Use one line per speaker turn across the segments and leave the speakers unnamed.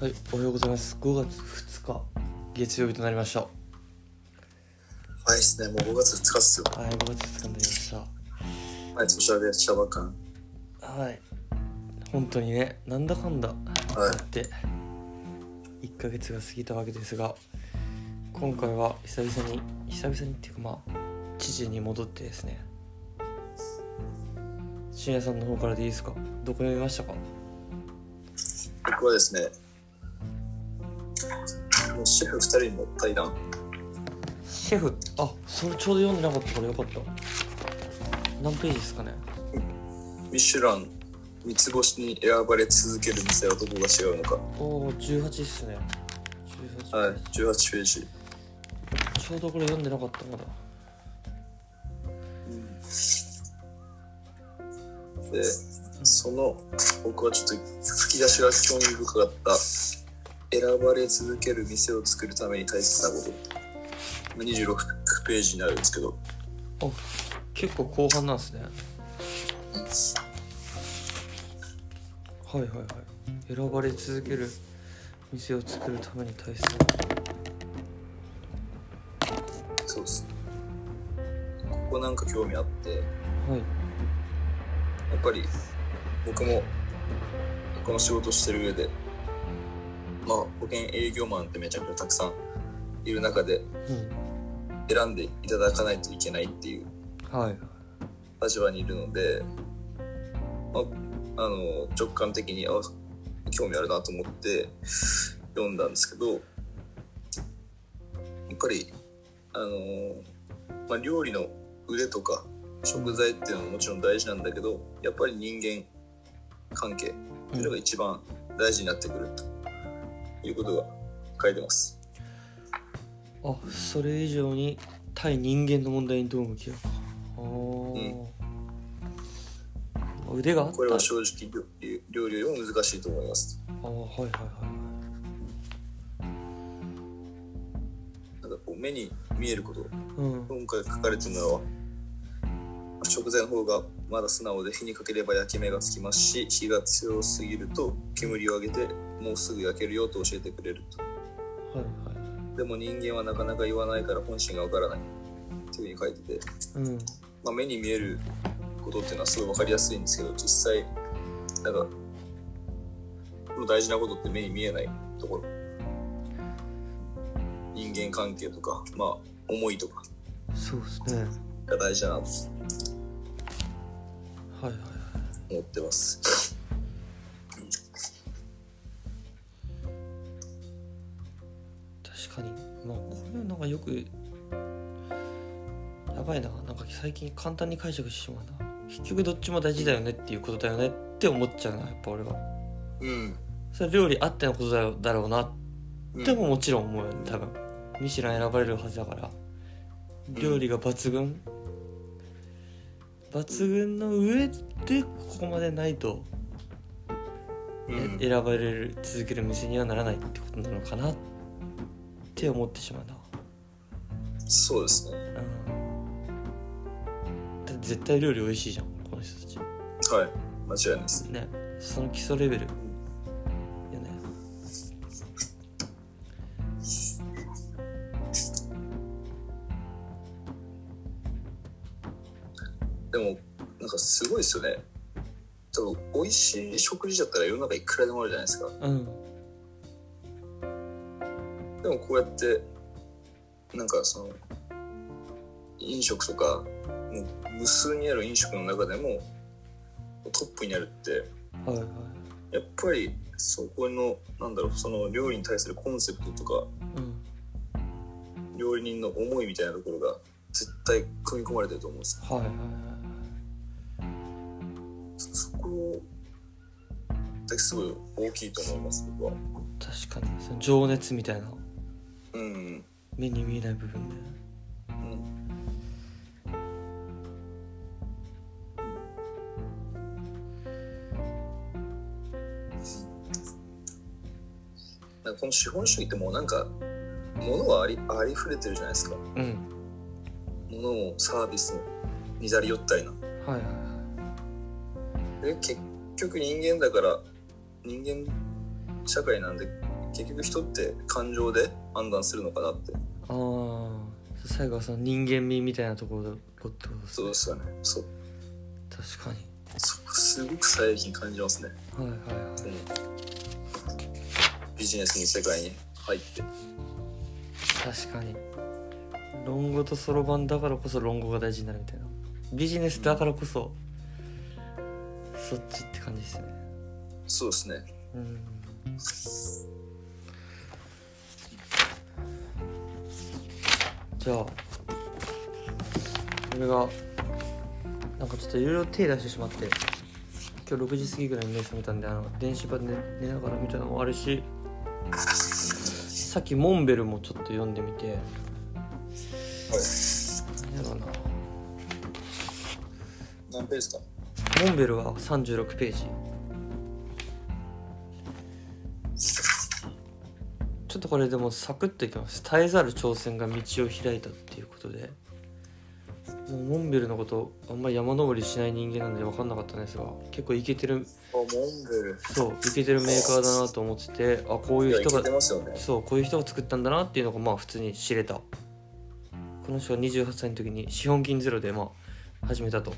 はい、おはようございます。5月2日、月曜日となりました。は
早いですね、もう5月2日っすよ。
い、5月2日になりまし
はい、そちらでシャバカン。
た。はい。本当にね、なんだかんだ、
は
だって、1ヶ月が過ぎたわけですが、今回は久々に、久々にっていうかまあ、父に戻ってですね、深夜さんの方からでいいですかどこ読みましたか
僕はですね、もうシェフ2人の対談。
シェフ、あ、それちょうど読んでなかったからよかった。何ページですかね
ミシュラン、三つ星に選ばれ続ける店はどこが違うのか。
おお18っすね18、
はい、18ページ。
ちょうどこれ読んでなかったまだ
で、その、僕はちょっと吹き出しが興味深かった。選ばれ続ける店を作るために大切なこと。26ページになるんですけど。
あ結構後半なんですねはいはいはい選ばれ続ける店を作るために大切な
そうです。ここなんか興味あって。
はい
やっぱり僕もこの仕事してる上で、まあ、保険営業マンってめちゃくちゃたくさんいる中で
うん
選んでいただかないといけないっていう
はい
立場にいるので、まあ、あの直感的にあ興味あるなと思って読んだんですけどやっぱりあの、まあ、料理の腕とか食材っていうのももちろん大事なんだけどやっぱり人間関係っていうのが一番大事になってくるということが書いてます。
あそれ以上に対人間の問題にどう向き合うかあー、腕があった
これは正直料料理よりも難しいと思います。
あーはいはいはい
なんかこう目に見えること
うん
今回書かれてるのは食材の方がまだ素直で火にかければ焼き目がつきますし火が強すぎると煙を上げてもうすぐ焼けるよと教えてくれると
はいは
でも人間はなかなか言わないから本心がわからないっていうふうに書いてて、
いうん
まあ、目に見えることっていうのはすごい分かりやすいんですけど実際なんかこの大事なことって目に見えないところ人間関係とかまあ思いとか
そうですね
が大事だなと
はいはいはい
思ってます。
確かにまあこういうのがよくやばいななんか最近簡単に解釈してしまうな結局どっちも大事だよねっていうことだよねって思っちゃうなやっぱ俺は
うん。
それ料理あってのことだよだろうなってももちろん思うよね多分ミシュラン選ばれるはずだから
ん
料理が抜群抜群の上でここまでないと
うん、うん
え選ばれる続ける店にはならないってことなのかなって思ってしまうな
そうですね。
うんだって絶対料理美味しいじゃんこの人たち
はい。間違いないです。
ねその基礎レベルよね
でも、なんかすごいですよね。多分、美味しい食事だったら世の中いくらでもあるじゃないですか。
うん
でもこうやって、なんかその、飲食とか、もう無数にある飲食の中でも、トップになるって、
はいはい
やっぱりそこの、なんだろう、その料理に対するコンセプトとか、
うん
料理人の思いみたいなところが、絶対組み込まれてると思うんですよ
はいはいはい
そこだけすごい大きいと思います僕は
確かにその情熱みたいな
うん、
目に見えない部分で
うん、なんかこの資本主義ってもうなんか物はありありふれてるじゃないですか
うん
物もサービスもにだり寄ったりな
はいはいは
で結局人間だから人間社会なんで結局人って感情で判断するのかなって
あー最後はその人間味みたいなところってことです
そう
ね
ですよねそう
確かに
そこすごく最近感じますね
はいはいはい
うんビジネスの世界に入って
確かに論語とそろばんだからこそ論語が大事になるみたいなビジネスだからこそそっちって感じですね
そうですね
うんじゃあ俺がなんかちょっといろいろ手出してしまって今日6時過ぎぐらいに目覚めたんであの電子版で寝ながら見たのもあるしさっき「モンベル」もちょっと読んでみて。なんやろうな
何ページか
モンベルは36ページちょっとこれでもサクッといきます絶えざる挑戦が道を開いたっていうことでもうモンベルのことあんまり山登りしない人間なんで分かんなかったんですが結構イケてる
あモンベル
そうイケてるメーカーだなと思っててあこう
い
い
や
う
い
人
けて
が
ますよね
そうこういう人が作ったんだなっていうのがまあ普通に知れたこの人が28歳の時に資本金ゼロでまあ始めたと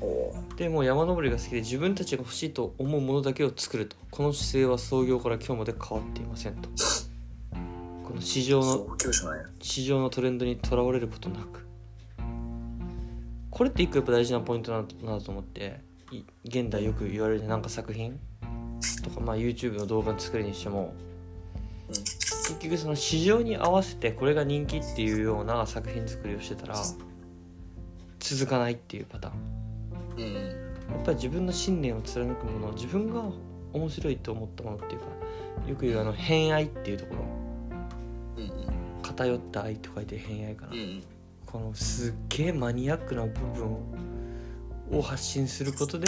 おお
でもう山登りが好きで自分たちが欲しいと思うものだけを作るとこの姿勢は創業から今日まで変わっていませんとこの市場の
上級者なんや
市場のトレンドにとらわれることなくこれって一個やっぱ大事なポイントなんだなと思ってい現代よく言われるなんか作品とか、まあ、YouTube の動画作るにしても
うん
結局その市場に合わせてこれが人気っていうような作品作りをしてたら続かないっていうパターン
うん
やっぱり自分の信念を貫くもの自分が面白いと思ったものっていうかよく言うあの偏愛っていうところ
うんうん
偏った愛と書いて偏愛かな、
うんうん
このすっげえマニアックな部分を発信することで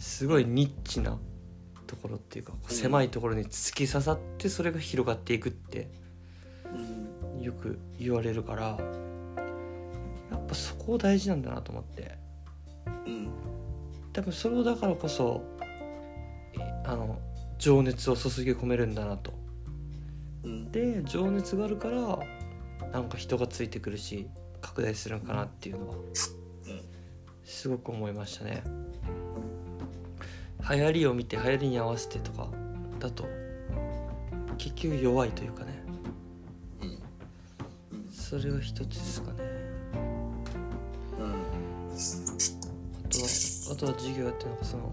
すごいニッチなところっていうか
うん
狭いところに突き刺さってそれが広がっていくって
うん
よく言われるからやっぱそこ大事なんだなと思って。
うん
多分それをだからこそえあの情熱を注ぎ込めるんだなと
うん
で情熱があるからなんか人がついてくるし拡大するんかなっていうのはすごく思いましたね流行りを見て流行りに合わせてとかだと結局弱いというかね
うん
それが一つですかね
うん
あとはあとは授業やってなんかその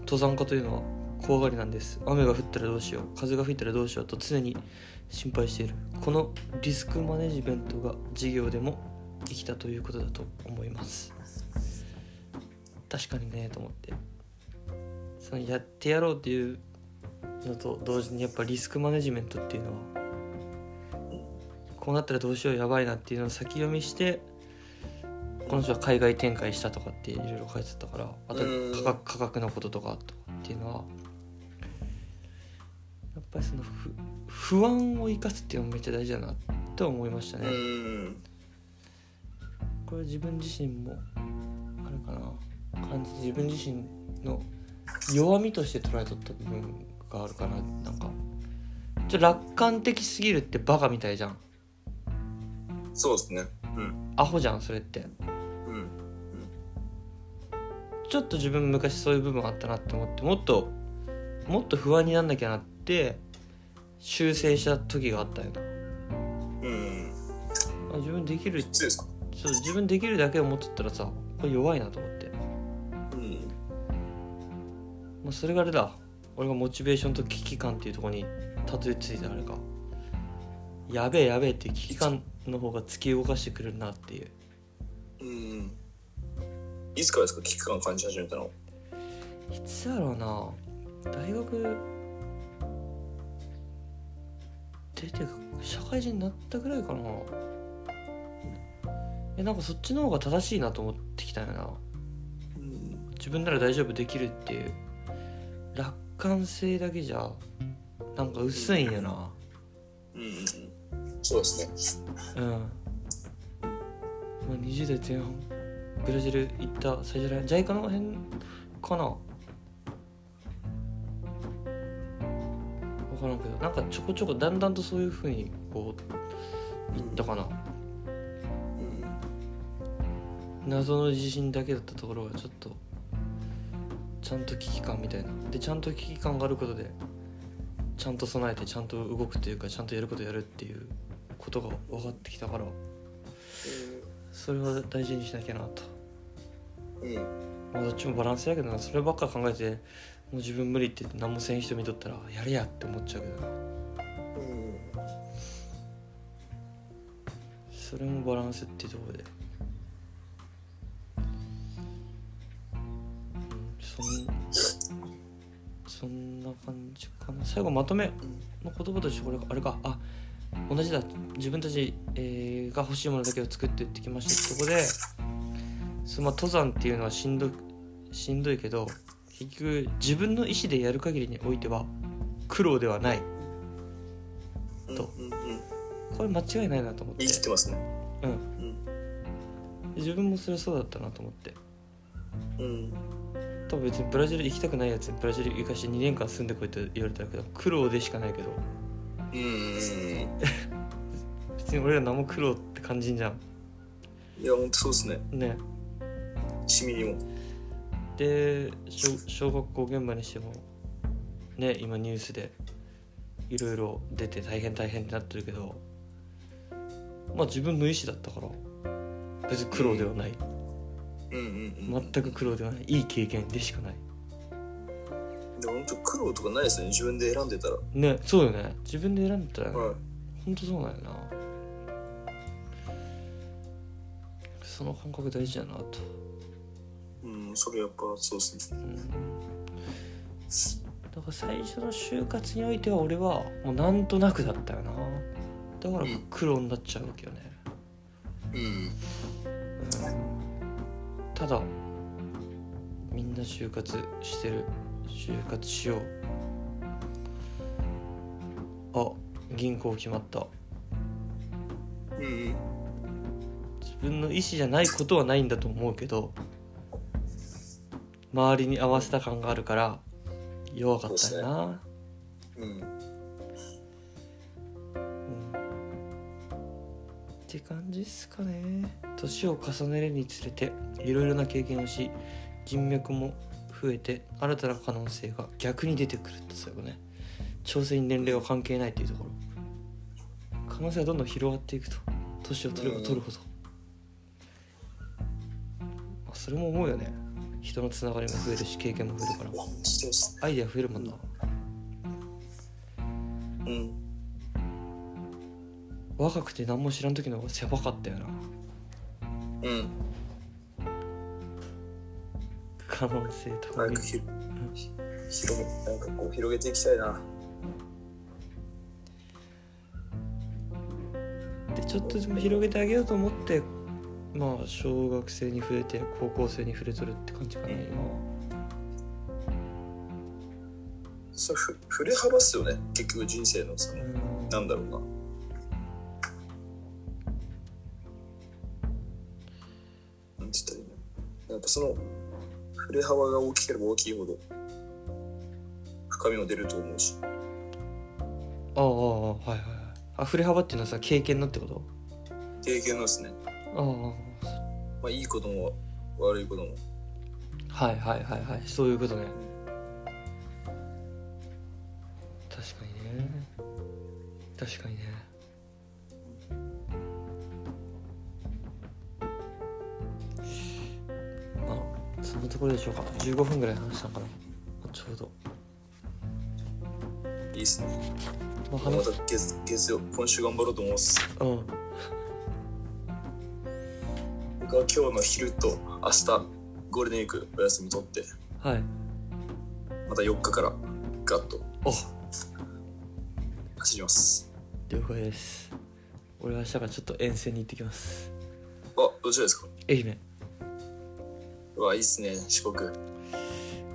登山家というのは怖がりなんです雨が降ったらどうしよう風が吹いたらどうしようと常に心配しているこのリスクマネジメントが授業でも生きたということだと思います確かにねと思ってそのやってやろうっていうのと同時にやっぱリスクマネジメントっていうのはこうなったらどうしようやばいなっていうのを先読みしてこの人は海外展開したとかっていろいろ書いてあったからあと
うん
価格価格のこととかとかっていうのはやっぱりその不不安を生かすっていうのもめっちゃ大事だなとは思いましたね。
うん
これ自分自身もあれかな感じ自分自身の弱みとして捉えとった部分があるかななんかちょっと楽観的すぎるってバカみたいじゃん
そうですねうん
アホじゃんそれって
うん
ちょっと自分昔そういう部分あったなって思ってもっともっと不安になんなきゃなって修正した時があったよな
うん
あ自分できる
失礼ですか
そう自分できるだけ思ってたらさこれ弱いなと思って
うん
まあ、それがあれだ俺がモチベーションと危機感っていうところにたどり着いたあれかやべえやべえっていう危機感の方が突き動かしてくれるなっていう
うんいつからですか危機感感じ始めたの
いつだろうな大学出て社会人になったぐらいかなえなんかそっちの方が正しいなと思ってきたよな
うん
自分なら大丈夫できるっていう楽観性だけじゃなんか薄いんよな
うんそうですね
うん、まあ、20代前半ブラジル行った最初らへんジャイカの辺かなわ分からんけどなんかちょこちょこだんだんとそういうふうにこういったかな
うん
謎の地震だけだったところがちょっとちゃんと危機感みたいなでちゃんと危機感があることでちゃんと備えてちゃんと動くというかちゃんとやることやるっていうことが分かってきたからそれは大事にしなきゃなと、
うんうん
まあ、どっちもバランスやけどなそればっか考えてもう自分無理って言って何もせん人見とったらやれやって思っちゃうけどな
うん
それもバランスっていうところで、うん、そんそんな感じかな最後まとめの言葉としてこれあれかあ同じだ自分たち、えーが欲しいものだけを作っていってきましたってとこでそのまあ登山っていうのはしんどいしんどいけど結局自分の意思でやる限りにおいては苦労ではない
うん
と
うんうん
これ間違いないなと思って
言い切ってますね
うん
うん
自分もそれはそうだったなと思って
うん
多分別にブラジル行きたくないやつにブラジル行かして2年間住んでこいって言われたらけど苦労でしかないけど
うんうん
別に俺ら何も苦労って感じんじゃん
いや本当そうですね
ね
しみにも
で小小学校現場にしてもね今ニュースでいろいろ出て大変大変ってなってるけどまあ自分の意思だったから別に苦労ではない
うんうんうん
全く苦労ではないいい経験でしかない
でも本当苦労とかないですね自分で選んでたら
ねそうよね自分で選んでたらね
はい
ほんとそうなんやなその感覚大事やなと、
うんそれやっぱそうです
う
ね
ん、だから最初の就活においては俺はもうなんとなくだったよなだから
うん
苦労になっちゃうわけよね、
うん
うん、ただみんな就活してる就活しようあ銀行決まった
うんうん
自分の意思じゃないことはないんだと思うけど周りに合わせた感があるから弱かったよな、
うん
うん、って感じっすかね年を重ねるにつれていろいろな経験をし人脈も増えて新たな可能性が逆に出てくるってそういうことね調整に年齢は関係ないっていうところ可能性がどんどん広がっていくと年を取れば取るほど、まあ、それも思うよね人のつながりも増えるし経験も増えるから
してます
アイデア増えるもんな、
うん
若くて何も知らん時の方が狭かったよな
うん
可能性とか
早くひろ広げなんかこう広げていきたいな
でちょっとでも広げてあげようと思ってまあ小学生に触れて高校生に触れとるって感じかな
うん
今は
それふ振れ幅っすよね結局人生のその
うん
なんだろうななんて言ったらいいのやっぱその振れ幅が大きければ大きいほど深みも出ると思うし
ああああはいはいはいあ振れ幅っていうのはさ経験のってこと
経験のですね
あ
まあいいことも悪いことも
あはいはいはいはいそういうことね確かにね確かにねまあそんなところでしょうか15分ぐらい話したんかなちょうど、
いいですね
まあ、
ま
話
た月月曜今週頑張ろうと思います
うん
僕は今日の昼と明日ゴールデンウィークお休み取って
はい
また4日からガッと
お
走ります
了解です俺は明日からちょっと遠征に行ってきます
あどちらですか
愛媛
うわいいっすね四国
こ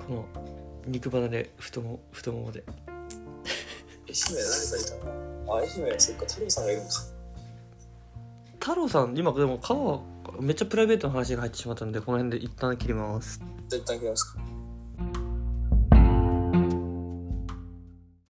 の肉離れ太も太ももで
愛媛誰かいたのあ愛媛そっか太郎さんがいるのか
太郎さん今でも川めっちゃプライベートの話が入ってしまったんでこの辺で一旦切ります
絶対行きますか